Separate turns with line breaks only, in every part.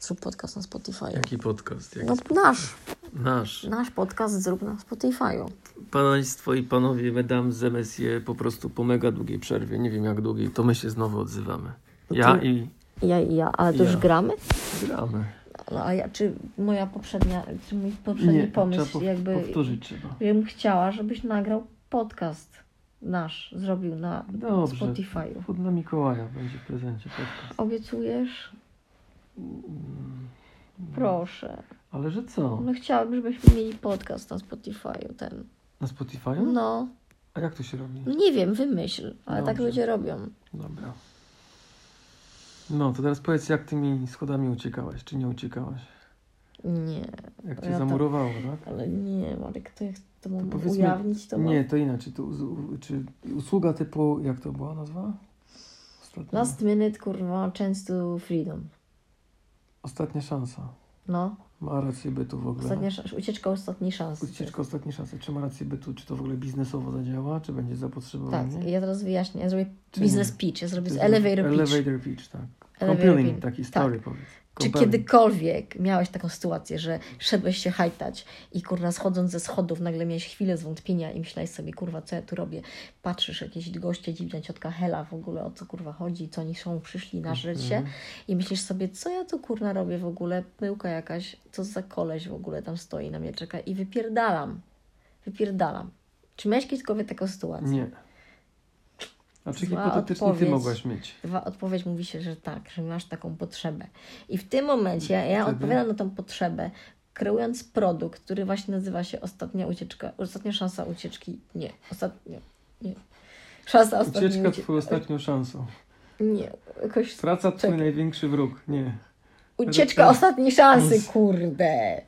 zrób podcast na Spotify.
Jaki podcast? Jak
No nasz,
Nasz.
nasz podcast zrób na Spotify'u.
Państwo i panowie, Madame Zemesje po prostu po mega długiej przerwie, nie wiem jak długiej, to my się znowu odzywamy. Ja
Ty-
i
Ja i ja, ale to
Ja.
już gramy?
gramy.
No, a ja, czy moja poprzednia, czy mój poprzedni pomysł jakby...
powtórzyć trzeba.
Ja bym chciała, żebyś nagrał podcast nasz, zrobił na
Dobrze.
Spotify'u.
Dla Mikołaja będzie w prezencie podcast.
Obiecujesz?
No.
Proszę.
Mm. Ale że co?
No chciałabym, żebyśmy mieli podcast na Spotify'u ten.
Na Spotify?
No,
A jak to się robi?
no nie wiem, wymyśl, ale tak
Dobrze.
ludzie robią.
Dobra. No, to teraz powiedz, jak tymi schodami uciekałeś, czy nie uciekałaś?
Nie,
Jak cię
Ja tam-
zamurowało, tak?
ale nie, Marek, to jak to mam
To powiedzmy-
ujawnić, to mam...
Nie, to inaczej. To, uz- u- czy usługa typu, jak to była nazwa? Ostatnia,
Last minute, kurwa, często freedom.
ostatnia szansa.
No,
Ma rację bytu w ogóle.
ostatnia szans, ucieczka ostatniej szansy.
No. Ucieczka ostatniej szansy. Czy ma rację bytu? Czy to w ogóle biznesowo zadziała? Czy będzie
Tak,
zapotrzebowanie?
ja teraz wyjaśnię, ja zrobię
Czy
business
nie?
pitch, ja zrobię
Czy
z
to-
elevator pitch.
Elevator pitch, tak.
Elevator
Compelling,
pitch.
taki
Tak.
story powiedz.
Czy
Compelling.
kiedykolwiek miałeś taką sytuację, że szedłeś się hajtać i kurna schodząc ze schodów nagle miałeś chwilę zwątpienia i myślałeś sobie, kurwa, co ja tu robię? Patrzysz, jakieś goście, dziwna ciotka Hela w ogóle, o co kurwa chodzi, co oni są, przyszli nażreć
Mhm.
się i myślisz sobie, co ja tu kurna robię w ogóle, pyłka jakaś, co za koleś w ogóle tam stoi na mnie czeka i wypierdalam, wypierdalam. Czy miałeś kiedykolwiek taką sytuację?
Mhm. Nie. A czy
Zła
hipotetycznie
odpowiedź.
ty mogłaś mieć?
Dwa, odpowiedź mówi się, że tak, że masz taką potrzebę. I w tym momencie ja
Wtedy?
odpowiadam na tą potrzebę, kreując produkt, który właśnie nazywa się Ostatnia Ucieczka, Ostatnia Szansa Ucieczki. Nie, ostatnia. Nie. Szansa ostatniej
Ucieczka
ucie-
twoją ostatnią szansą.
Nie, jakoś.
Praca twój
Czekaj.
największy wróg. Nie.
Ucieczka ostatniej szansy, kurde.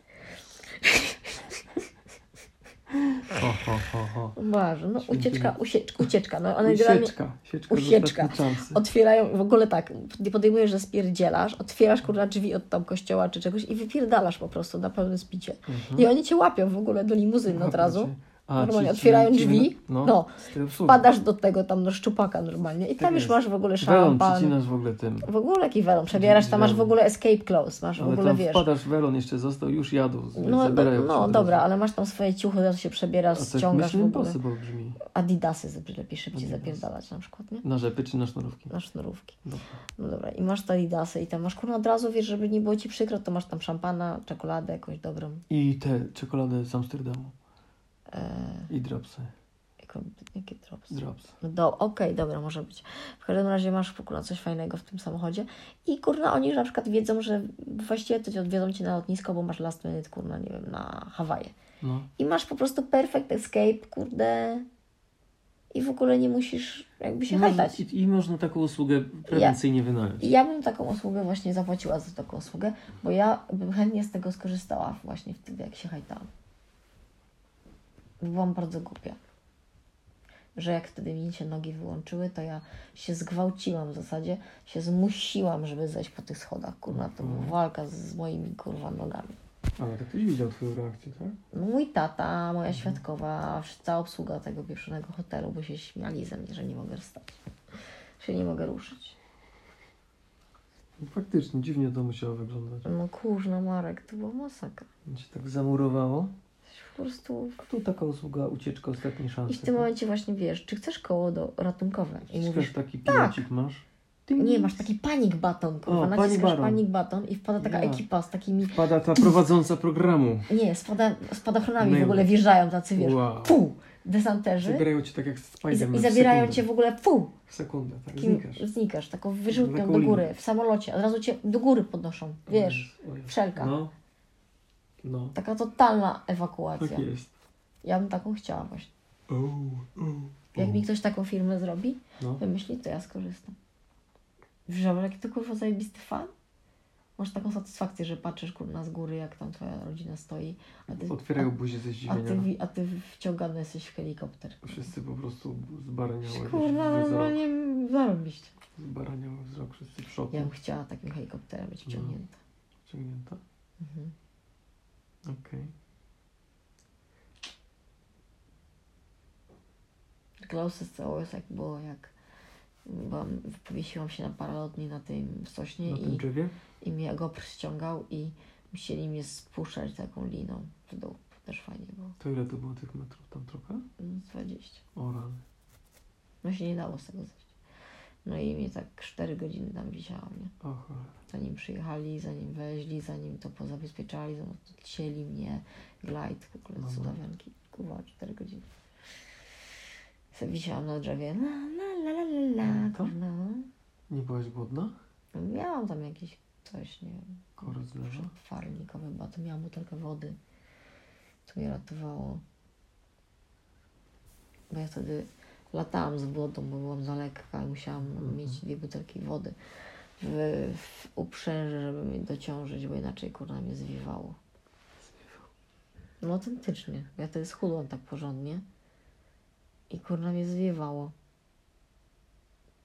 Ho, ho, ho, ho.
Uważam, no
Święty
ucieczka, ucieczka, ucieczka. No, one generalnie
Ucieczka. Sieczka
Ucieczka.
z ostatniej szansy.
otwierają, w ogóle tak, nie podejmujesz, że spierdzielasz, otwierasz kurwa drzwi od tam kościoła czy czegoś i wypierdalasz po prostu na pełnym spicie.
Mhm.
I oni cię łapią w ogóle do limuzyny od
Łapią
razu.
cię. A,
Normalnie
czyli-
otwierają
czyli-
drzwi,
No.
no.
z tej obsługi.
Wpadasz do tego tam do szczupaka normalnie i
Tak
tam już
jest.
masz w ogóle
Welon
szampan.
przycinasz w ogóle tym.
W ogóle jaki welon, przebierasz, tam masz w
Welon.
ogóle escape close, masz w
Ale
ogóle,
tam
wiesz.
wpadasz, welon jeszcze został, już jadł. z-
No, do,
zabierają cię od
no
razu.
dobra, ale masz tam swoje ciuchy, teraz się przebierasz,
A to jak
ściągasz w
Mission
ogóle.
Impossible brzmi.
Adidasy sobie lepiej szybciej
Adidas.
zapierdalać na przykład, nie?
Na rzepy czy na sznurówki?
Na sznurówki.
Dobra.
No dobra, i masz te Adidasy i tam masz, kurwa, od razu, wiesz, żeby nie było ci przykro, to masz tam szampana, czekoladę jakąś dobrą.
I te czekolady z Amsterdamu.
E,
I dropsy.
jaką, jakie drops?
Drops.
No do, okej, dobra, może być. W każdym razie masz w ogóle coś fajnego w tym samochodzie i kurna, oni na przykład wiedzą, że właściwie to cię odwiedzą cię na lotnisko, bo masz last minute, kurna, nie wiem, na Hawaje.
No.
I masz po prostu perfect escape, kurde. I w ogóle nie musisz jakby się
Można,
hajtać.
No i, I można taką usługę prewencyjnie wynaleźć.
I ja bym taką usługę właśnie zapłaciła za taką usługę, bo ja bym chętnie z tego skorzystała właśnie wtedy, jak się hajtałam. Byłam bardzo głupia. Że jak wtedy mi się nogi wyłączyły, to ja się zgwałciłam w zasadzie, się zmusiłam, żeby zejść po tych schodach. Kurwa, to była walka z, z moimi kurwa nogami.
Ale tak ktoś widział twoją reakcję, tak?
No, mój tata, moja świadkowa, cała obsługa tego pieprzonego hotelu, bo się śmiali ze mnie, że nie mogę wstać, że nie mogę ruszyć.
Faktycznie, dziwnie to musiało wyglądać.
No kurna Marek, to była masakra.
Cię tak zamurowało.
Po prostu.
A tu taka usługa ucieczka ostatniej szansy.
I w tym
tak?
momencie właśnie wiesz, czy chcesz koło do ratunkowe? I
Wciskasz
mówisz,
taki
tak.
pilocik masz.
nie, masz taki panik baton, kurwa,
O,
naciskasz
panic
panik
baton.
baton. i wpada taka
Ja.
ekipa z takimi,
Pada ta prowadząca programu.
nie, spada, spadochronami
Mył.
w ogóle wjeżdżają tacy, wiesz,
Wow.
pu, desanterzy
Zabierają cię tak jak
i,
Spider-Man.
z, i
w
zabierają
sekundę.
cię w ogóle, pu,
W sekundę, tak.
takim,
Znikasz.
znikasz, taką wyrzutnią
Taką
do
linią.
góry, w samolocie, od razu cię do góry podnoszą,
No.
wiesz,
O Jezu.
wszelka.
No. No.
taka totalna
Tak
ewakuacja.
jest.
Ja bym taką chciała właśnie.
O, o,
Jak
o.
mi ktoś taką firmę zrobi,
No.
wymyśli, to ja skorzystam. Wrzemy, jaki to kurwa zajebisty fan? Masz taką satysfakcję, że patrzysz kurna z góry, jak tam twoja rodzina stoi, a ty,
Otwierają
a,
buzię ze
a, ty,
zdziwienia.
wi- a ty wciągany jesteś w helikopter.
Wszyscy po prostu zbaraniały.
Kurwa,
wzrok.
normalnie zarobić.
Zbaraniały wzrok, wszyscy w szoku.
Ja bym chciała takim helikopterem być
No.
wciągnięta.
Ciągnięta.
Mhm.
Okej.
Closest always jak było, jak byłam, wypowiesiłam się na parę dni na tym sośnie
na tym
i,
drzewie.
i mnie go przyciągał i musieli mnie spuszczać taką liną w dół. Też fajnie było.
To ile to było tych metrów tam trochę?
Mm, 20.
O rany.
No się nie dało z tego zejść. No i mnie tak 4 godziny tam wisiało mnie.
O cholera.
Zanim przyjechali, zanim weźli, zanim to pozabezpieczali, zanim to cieli mnie, glide, w ogóle
No.
cudawianki. Kurwa, 4 godziny. Se wisiałam na drzewie. La, la, la, la, la,
No To?
kurna.
Nie byłaś głodna?
Miałam tam jakieś coś, nie wiem.
Korek z lewa?
Farnikowy, bo to miałam butelkę wody. To mnie ratowało. Bo ja wtedy latałam z wodą, bo byłam za lekka i musiałam
Mhm.
mieć dwie butelki wody w, w uprzęży, żeby mnie dociążyć, bo inaczej kurna mnie zwiewało. No autentycznie. Ja wtedy schudłam tak porządnie i kurna mnie zwiewało.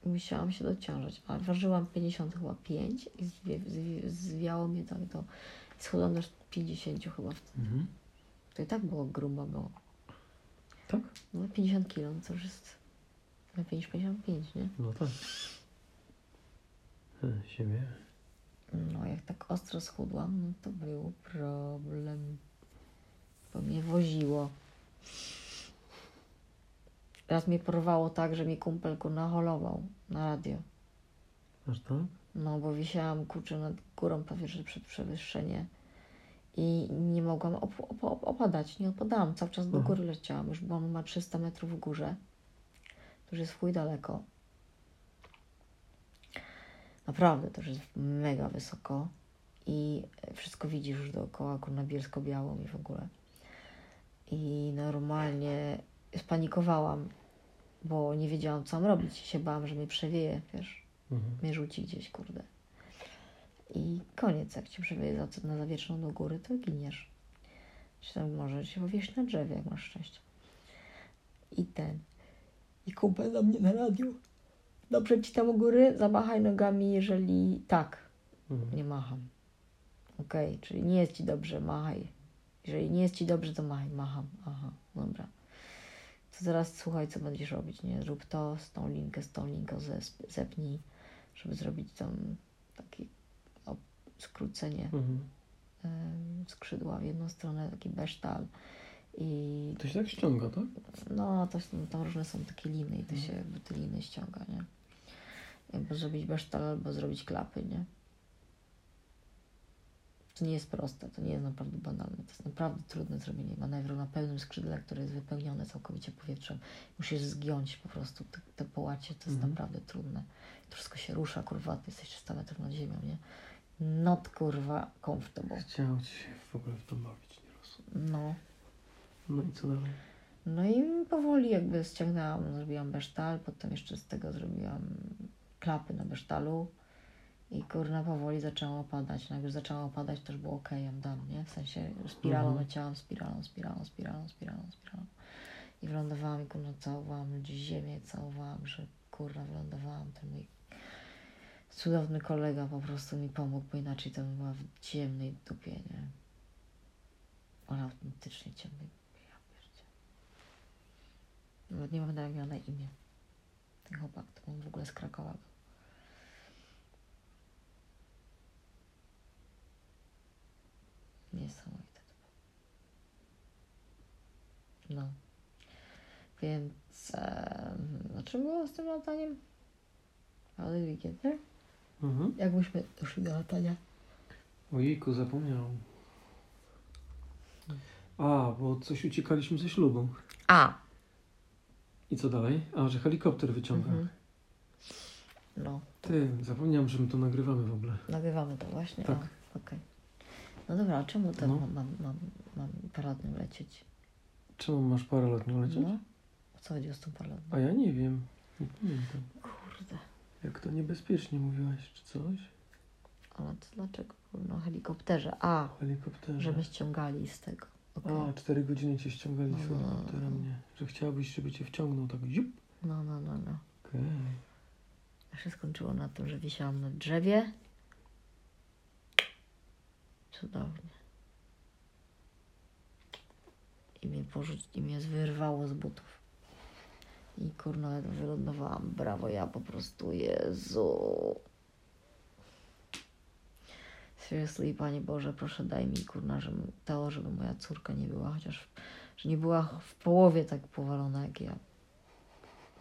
I Musiałam się dociążać, a ważyłam 50 chyba 5 i zwie, zwie, zwiało mnie tak do... i Schudłam do 50 chyba. w-
Mhm.
To i tak było grubo było.
Tak?
No 50 kilo, no to już jest na 5,55, nie?
No tak. E, He, się wie.
No jak tak ostro schudłam, no to był problem. Bo mnie woziło. Raz mnie porwało tak, że mi kumpelku naholował na radio.
Aż tak?
No, bo wisiałam kurczę nad górą prawie że przed przewyższenie i nie mogłam op- op- op- opadać, nie opadałam, cały czas do
Mhm.
góry leciałam, już byłam chyba 300 metrów w górze, to już jest w chuj daleko. Naprawdę, to już jest mega wysoko i wszystko widzisz już dookoła, kurna bielsko-białą i w ogóle. I normalnie spanikowałam, bo nie wiedziałam, co mam robić, się bałam, że mnie przewieje, wiesz
Mhm.
mnie rzuci gdzieś, kurde. I koniec, jak cię przewieje za, na zawietrzną do góry, to giniesz. Czy tam może się powieść na drzewie, jak masz szczęście. I ten. I kumpel do mnie na radiu. Dobrze ci tam u góry? Zamachaj nogami, jeżeli tak.
Mhm.
Nie macham. Okej, czyli nie jest ci dobrze, machaj. Jeżeli nie jest ci dobrze, to machaj, macham. Aha, dobra. To zaraz słuchaj, co będziesz robić, nie? Zrób to, z tą linkę, z tą linką zesp- zepnij, żeby zrobić tam takie ob- skrócenie
Mhm.
em, skrzydła w jedną stronę, taki besztal. I
To się tak ściąga, tak?
no, to są, tam różne są takie liny i to się jakby te liny ściąga, nie? Jakby zrobić besztal albo zrobić klapy, nie? To nie jest proste, to nie jest naprawdę banalne. To jest naprawdę trudne zrobienie manewru na pełnym skrzydle, które jest wypełnione całkowicie powietrzem. Musisz zgiąć po prostu te, te połacie, to jest
Mhm.
naprawdę trudne. To wszystko się rusza, kurwa, ty jesteś 300 metrów nad ziemią, nie? Not, kurwa, comfortable.
Chciałem ci się w ogóle w to bawić nieraz.
No.
No i co dalej?
No i powoli jakby ściągnęłam, zrobiłam besztal, potem jeszcze z tego zrobiłam klapy na besztalu i kurna powoli zaczęło opadać. No jak już zaczęło opadać, to już było okej, ja dam, nie? W sensie spiralą
Mhm.
leciałam, spiralą, spiralą, spiralą, spiralą, spiralą. I wylądowałam i kurna całowałam ludzi ziemię, całowałam, że kurna wylądowałam, ten mój cudowny kolega po prostu mi pomógł, bo inaczej to bym była w ciemnej dupie, nie? Ale autentycznie ciemnej dupie, ja pierdzielę. Nawet nie pamiętam jak miał na imię. Ten chłopak, to on w ogóle z Krakowa był. Niesamowite to było. No. Więc, e, no czym było z tym lataniem? Ale weekend, nie?
Mhm.
Jak myśmy doszli do latania?
Ojejku, zapomniałem. A, bo coś uciekaliśmy ze ślubu.
A!
I co dalej? A, że helikopter wyciąga.
Mhm. No,
Ty, zapomniałem, że my to nagrywamy w ogóle.
nagrywamy to właśnie.
Tak.
A, okej. No dobra, a czemu to
No.
mam, mam, mam, mam paradnym lecieć?
Czemu masz paralotnią lecieć?
No. O co chodzi z tą paradnym?
A ja nie wiem. Nie pamiętam.
Kurde.
Jak to niebezpiecznie mówiłaś, czy coś?
Ale to dlaczego? No helikopterze. A,
O helikopterze.
żeby ściągali z tego. Okej.
A, cztery godziny cię ściągali z
No.
helikoptera mnie. Że chciałabyś, żeby cię wciągnął tak ziup.
No, no, no, no.
Okej.
A się skończyło na tym, że wisiałam na drzewie. Cudownie. I mnie porzuci, i mnie wyrwało z butów. I kurna, wylądowałam. Brawo, ja po prostu, Jezu. Seriously, Panie Boże, proszę daj mi, kurna, żeby, to, żeby moja córka nie była chociaż, że nie była w połowie tak powalona jak ja.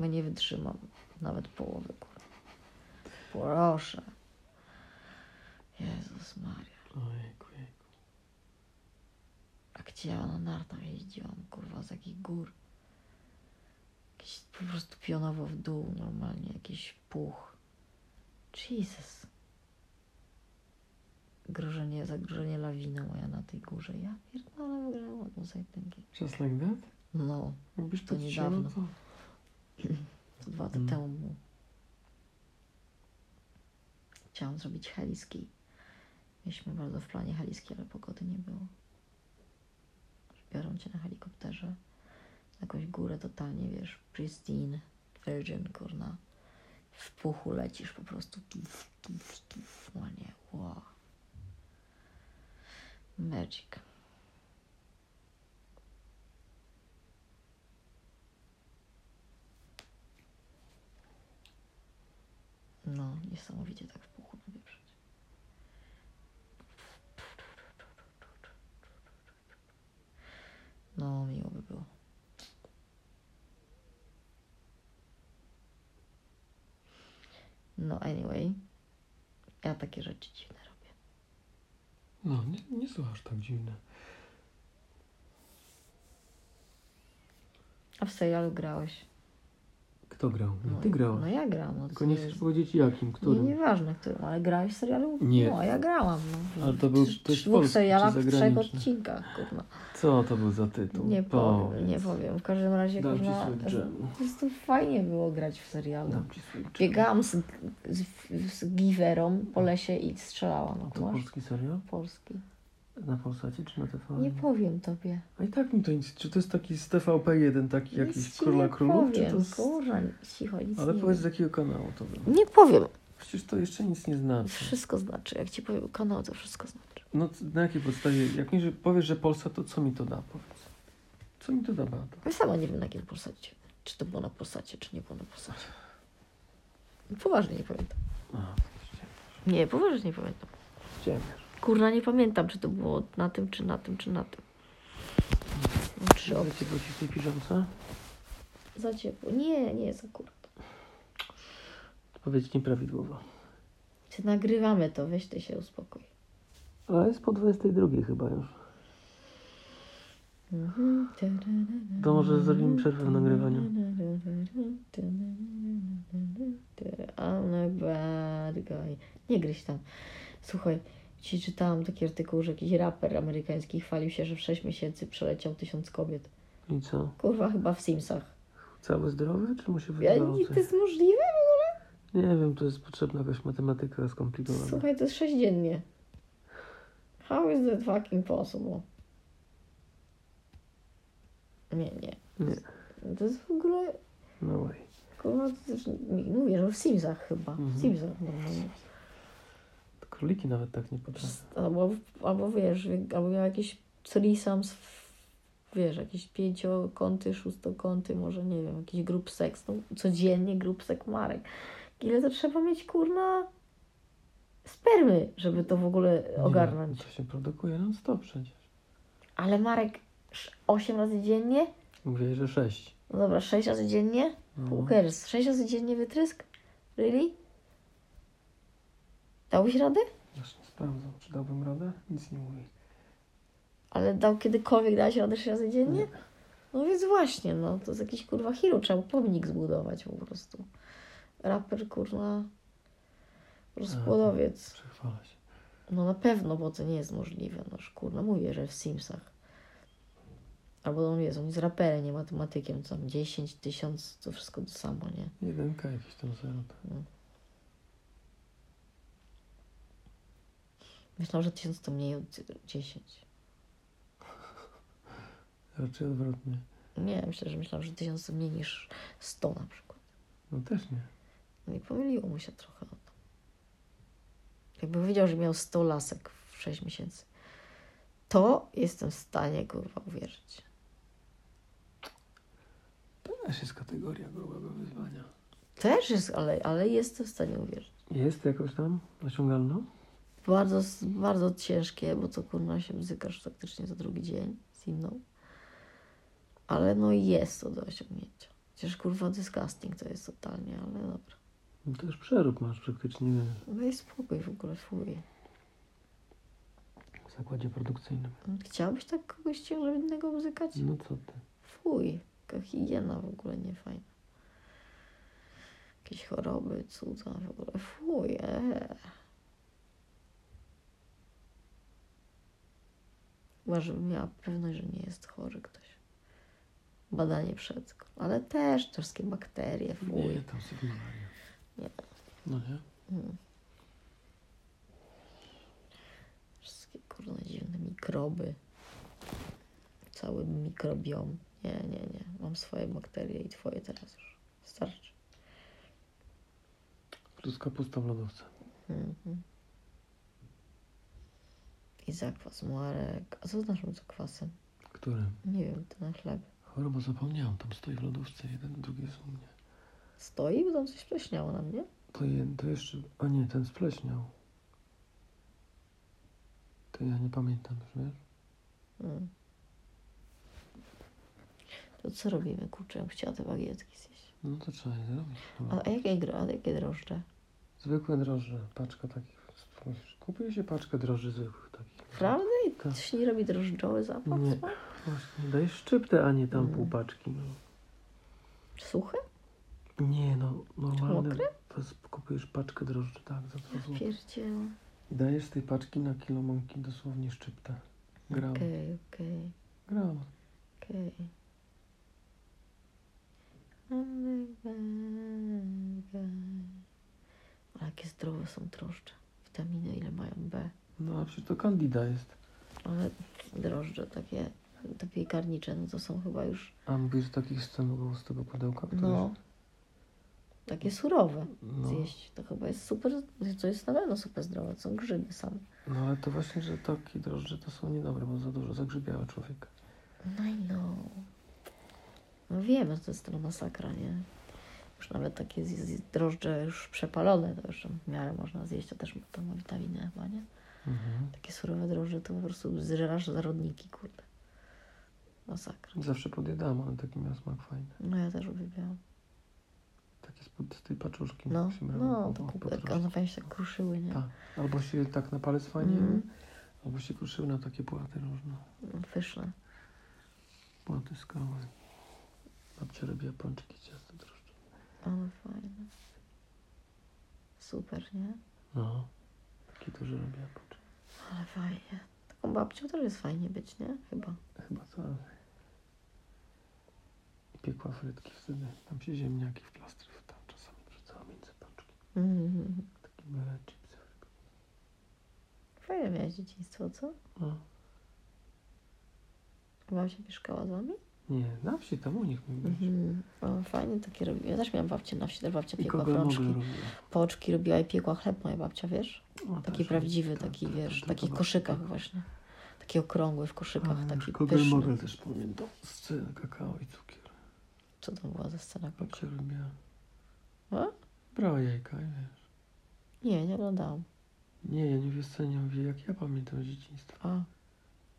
Bo nie wytrzymam nawet połowy, kurna. Proszę. Jezus Maria.
Ojejku, jejku.
A gdzie ja na nartach jeździłam, kurwa, z jakich gór? Jakieś po prostu pionowo w dół, normalnie, jakiś puch. Jesus. Grożenie, zagrożenie lawiną moja na tej górze. Ja pierdolę, wygrałam tą zajtynki.
Just like that?
No,
Jakbyś
To
podciął,
niedawno.
to...
to dwa lata
Mm.
temu. Chciałam zrobić heliski. Mieliśmy bardzo w planie heliski, ale pogody nie było. Biorą cię na helikopterze. Na jakąś górę totalnie, wiesz, pristine, virgin, kurna. W puchu lecisz po prostu. Tuf, tuf, tuf. No nie, wow. Magic. No, niesamowicie tak w puchu nawieprzyć. No, miło by było. No, anyway. Ja takie rzeczy dziwne robię.
No, nie, nie słuchasz tak dziwne.
A w serialu grałeś.
Kto grał? No,
No
ty
i-
grałeś.
No ja grałam. No,
Tylko nie
to
chcesz
jest-
powiedzieć jakim, którym.
Nie, nieważne którym, ale grałeś w serialu?
Nie.
No, a ja grałam. No.
Ale to był
W
ktoś
dwóch
polski
serialach,
czy
w trzech
zagraniczny?
odcinkach, kurwa.
Co to był za tytuł?
Nie powiem,
No, Powiedz.
nie powiem. W każdym razie
Dam ci No.
kurwa,
swój dżem.
po prostu fajnie było grać w serialu.
Dam ci swój czas.
Biegałam z, z, z giwerą po lesie i strzelałam. A
A
tu
No
masz
to polski No. serial?
polski.
Na Polsacie czy na TVN?
Nie powiem tobie.
A i tak mi to nic. Czy to jest taki z TVP1, taki jakiś
nic ci
Króla
nie
Królów? Czy
powiem.
to jest...
Kurwa, cicho, nic
Ale
nie
powiedz z
wiem.
jakiego kanału to było.
Nie powiem.
Przecież to jeszcze nic nie znaczy.
Wszystko znaczy. Jak ci powiem kanał, to wszystko znaczy.
No c- na jakiej podstawie? Jak mi że powiesz, że Polsat, to co mi to da? Powiedz. Co mi to da, Beata?
Ja sama nie wiem na jakim Polsacie. Czy to było na Polsacie, czy nie było na Polsacie. Poważnie nie pamiętam.
A,
Nie, poważnie nie pamiętam.
ciemiesz.
Kurna, nie pamiętam, czy to było na tym, czy na tym, czy na tym. No,
Czy
Trzy
ja
opcje.
cię wrócić w tej piżamce?
Za ciepło. Nie, nie, za kurwa.
Odpowiedź nieprawidłowa.
Czy nagrywamy to? Weź ty się uspokój.
A jest po 22 chyba już.
Mhm.
To może zrobimy przerwę w nagrywaniu.
I'm a bad guy. Nie gryź tam. Słuchaj, ci czytałam taki artykuł, że jakiś raper amerykański chwalił się, że w 6 miesięcy przeleciał tysiąc kobiet.
I co?
Kurwa, chyba w Simsach.
Cały zdrowy, czy mu się
Ja,
wydawało
nie,
coś?
to jest możliwe?
Nie wiem, to jest potrzebna jakaś matematyka skomplikowana.
Słuchaj, to jest 6 dziennie. How is that fucking possible? Nie, nie.
Nie,
To jest w ogóle...
no way.
Kurwa, to też, mówię, że w Simsach chyba.
Mhm.
W Simsach no, normalnie.
Króliki nawet tak nie potrafią.
no. Albo, albo wiesz, albo miał jakieś threesomes, w- wiesz, jakieś pięciokąty, szóstokąty, może nie wiem, jakiś grup seks, no codziennie grup sek Marek. Ile to trzeba mieć, kurna, spermy, żeby to w ogóle
Nie,
ogarnąć.
to się produkuje non stop przecież.
Ale Marek sz- osiem razy dziennie?
Mówię, że sześć. No,
No dobra, sześć razy dziennie?
Mhm.
Who cares? Sześć razy dziennie wytrysk? Really? Dałbyś radę?
Właśnie sprawdzam, czy dałbym radę? Nic nie mówi.
Ale dał kiedykolwiek dałaś radę sześć razy dziennie?
Nie.
No więc właśnie, no to jest jakiś kurwa hero, trzeba pomnik zbudować po prostu. Raper kurwa rozpłodowiec.
Przechwala się.
No na pewno, bo to nie jest możliwe. No już, kurwa, mówię, że w Simsach. Albo on jest, on jest raperem, nie matematykiem, co tam 10 tysiąc, to wszystko to samo, nie?
Jedenka jakiś tam zero.
Myślałam, że tysiąc to mniej od 10.
Raczej odwrotnie.
Nie, myślę, że myślałam, że tysiąc to mniej niż 100 na przykład.
No też nie.
No i pomyliło mu się trochę o to. Jakby wiedział, że miał 100 lasek w 6 miesięcy, to jestem w stanie, kurwa, uwierzyć.
Też jest kategoria grubego wyzwania.
Też jest, ale, ale jestem w stanie uwierzyć.
Jest jakoś tam osiągalna?
Bardzo, bardzo ciężkie, bo to kurna się bzykasz praktycznie za drugi dzień z inną. Ale no jest to do osiągnięcia. Chociaż kurwa disgusting to jest totalnie, ale dobra.
No to już przerób masz praktycznie nie,
No i spokój w ogóle, fuj.
w zakładzie produkcyjnym.
Chciałabyś tak kogoś ciągle innego bzykać?
No co ty?
Fuj, jaka higiena w ogóle nie fajna. Jakieś choroby, cuda w ogóle. Fuj, eee. Chyba, żebym miała pewność, że nie jest chory ktoś. Badanie przed. Ale też te wszystkie bakterie, fuj.
Nie, tam sygnalia.
Nie.
No nie?
Wszystkie kurne dziwne mikroby. Cały mikrobiom. Nie, nie, nie. Mam swoje bakterie i twoje teraz już. Starczy.
Plus kapusta w lodówce.
Mhm. I zakwas Marek. A co z naszym zakwasem?
Którym?
Nie wiem, to na chleb.
Choroba zapomniałam, tam stoi w lodówce jeden, drugi jest u mnie.
Stoi, bo tam coś pleśniało na mnie.
To, je, to jeszcze... A nie, ten spleśniał. To ja nie pamiętam już, wiesz?
Mm. To co robimy, kurczę? Ja bym Chciała te bagietki zjeść.
No to trzeba je zrobić.
A, a jakie, gro- a jakie drożdże?
Zwykłe drożdże, paczka takich. Kupuje się paczkę drożdży zwykłych takich.
Prawda? I
Tak.
to się nie robi drożdżowy zapach?
Nie.
smak?
Właśnie, daj szczyptę, a nie tam
Mm.
pół paczki. No.
Suche?
Nie no, normalne.
Mokre?
to jest- Kupujesz paczkę drożdży, tak, za 2 zł.
Pierdziela.
I dajesz z tej paczki na kilo mąki dosłownie szczyptę. Gram.
Okej, okej,
Gram.
okej. I'm the bad guy. Ale jakie zdrowe są troszcze. Witaminy ile mają B.
No a przecież to Candida jest.
Ale drożdże takie, te piekarnicze, no to są chyba już,
A mówisz takich scen było z tego pudełka, które
no, takie surowe
no.
zjeść. To chyba jest super, to jest na pewno super zdrowe, są grzyby same.
No ale to właśnie, że takie drożdże to są niedobre, bo za dużo zagrzybiała człowieka.
No i no. No wiemy, że to jest to masakra, nie? Już nawet takie z, z drożdże już przepalone, to już tam w miarę można zjeść, to też ma- to ma witaminę chyba, nie?
Mhm.
Takie surowe drożdże to po prostu zżerasz zarodniki, kurde. Masakra.
Zawsze podjadałam, ale taki miał smak fajny.
No ja też uwielbiałam.
Takie spod z Tak tej paczuszki.
No,
się brało
no,
po-
to
po
kubek,
prostu.
one fajnie się tak kruszyły, nie?
Tak. Albo się tak na palec fajnie,
Mhm.
albo się kruszyły na takie płaty różne.
No, Pyszne.
Płaty z kały. Babcia robiła pączki ciasto troszkę.
Ale fajne. Super, nie?
No. Takie duże robiła pączki.
Ale fajnie. Taką babcią też jest fajnie być, nie? Chyba.
Chyba co. I piekła frytki wtedy. Tam się ziemniaki w plastrów tam czasami wrzucała między pączki.
Mhm.
Takie mele chipsy.
Fajne miałeś dzieciństwo, co?
No.
Babcia mieszkała z wami?
Nie, na wsi tam u nich mi byli.
Mhm. O, fajnie takie robiła. Ja też miałam babcię na wsi, też babcia
I
piekła
kogo mogę
pączki.
robiła.
Pączki robiła i piekła chleb moja babcia, wiesz?
No,
Taki
tak,
prawdziwy,
tak,
taki
tak,
wiesz,
tak,
taki
tak,
w koszykach
tak.
właśnie. Taki okrągły w koszykach,
A,
taki
Kogel
pyszny.
Mogel też pamiętam. Scena kakao i cukier.
Co to była za scena?
Babcia robiła.
A?
Brała jajka i wiesz.
Nie, nie oglądałam.
Nie, ja nie wyceniam, mówię, jak ja pamiętam z dzieciństwa.
A,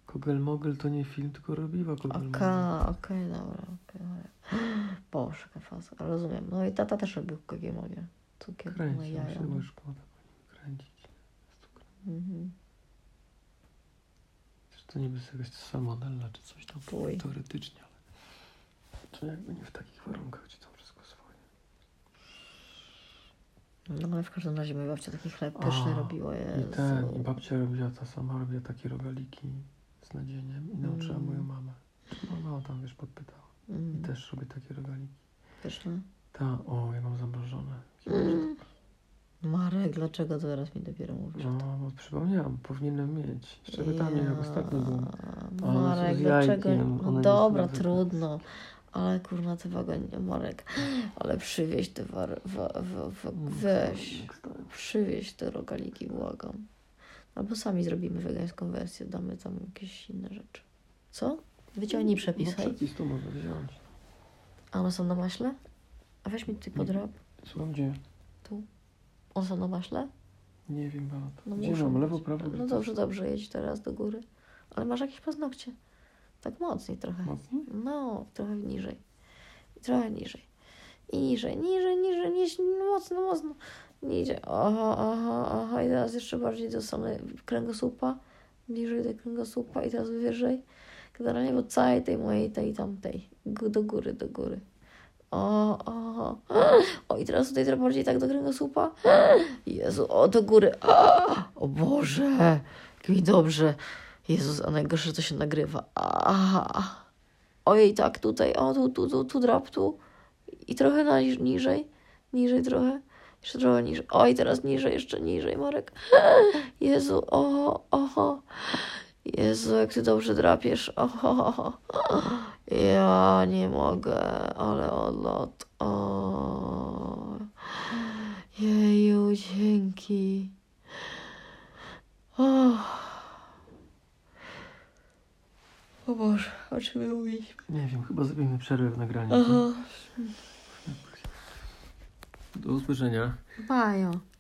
Kogel Mogel to nie film, tylko robiła Kogel
okej,
Mogel.
okej, dobra, okej, dobra. Boże, jaka faza. Rozumiem. No i tata też robił kogiemonie. Cukier, no
Kręcił
jaja.
się
no.
łyżką, tak oni kręcić. Z cukrem.
Mhm.
Czy to niby jest jakaś salmonella, czy coś tam
Oj.
teoretycznie, ale... To jakby nie w takich warunkach, gdzie to wszystko swoje.
No ale w każdym razie moja babcia taki chleb pyszny
A,
robiła.
I ten, i
Jezu.
babcia robiła ta sama, robiła takie rogaliki z nadzieniem i nauczyła
Mm.
moją mamę. Czy moja mama tam, wiesz, podpytała. I
Mm,
też robię takie rogaliki.
pyszne.
Ta, o, ja mam zamrożone.
Mm. Marek, dlaczego to teraz mi dopiero mówisz?
No, bo przypomniałam, powinienem mieć. Szczebietanie, jak ostatnio byłem.
Ja-
A one są
Marek,
z
dlaczego?
jajkiem,
No
one nie
dobra,
są zwykłe.
trudno. Ale kurna, te wagonie, Marek. Ale przywieź te war, wa, wa, wa, weź.
Jak No, tak stałem.
Przywieź te rogaliki, błagam. Albo sami zrobimy wegańską wersję, damy tam jakieś inne rzeczy. Co? Wyciągnij przepis,
No,
hej.
przepis tu może wziąć.
A one są na maśle? A weź mi ty podrob.
Słucham, gdzie?
Tu. One są na maśle?
Nie wiem, Beata.
No
gdzie
muszą
mam?
być.
Lewo, prawo?
No dobrze, dobrze, jedź teraz do góry. Ale masz jakieś paznokcie. Tak mocniej trochę.
Mocniej?
No, trochę niżej. I Trochę niżej. I niżej, niżej, niżej, niżej, mocno, mocno. Niżej. Aha, aha, aha. I teraz jeszcze bardziej do strony kręgosłupa. Bliżej do kręgosłupa i teraz wyżej. Generalnie po całej tej mojej, tej tamtej. G- Do góry, do góry. O, o, o, i teraz tutaj trochę bardziej tak do kręgosłupa. Jezu, o, do góry. O, o Boże, jak mi dobrze. Jezus, a najgorsze to się nagrywa. Aha. Ojej, tak, tutaj, o, tu, tu, tu, tu, drop, tu. I trochę na, niżej, niżej trochę, jeszcze trochę niżej. Oj, teraz niżej, jeszcze niżej, Marek. Jezu, oho, oho. Jezu, jak ty dobrze drapiesz. Oho, oho. Ja nie mogę, ale odlot. O. Jeju, dzięki. O, o Boże, o czym my mówiliśmy?
Nie wiem, chyba zrobimy przerwę w
嗯
nagraniu.
Aha.
Do usłyszenia.
Bajo.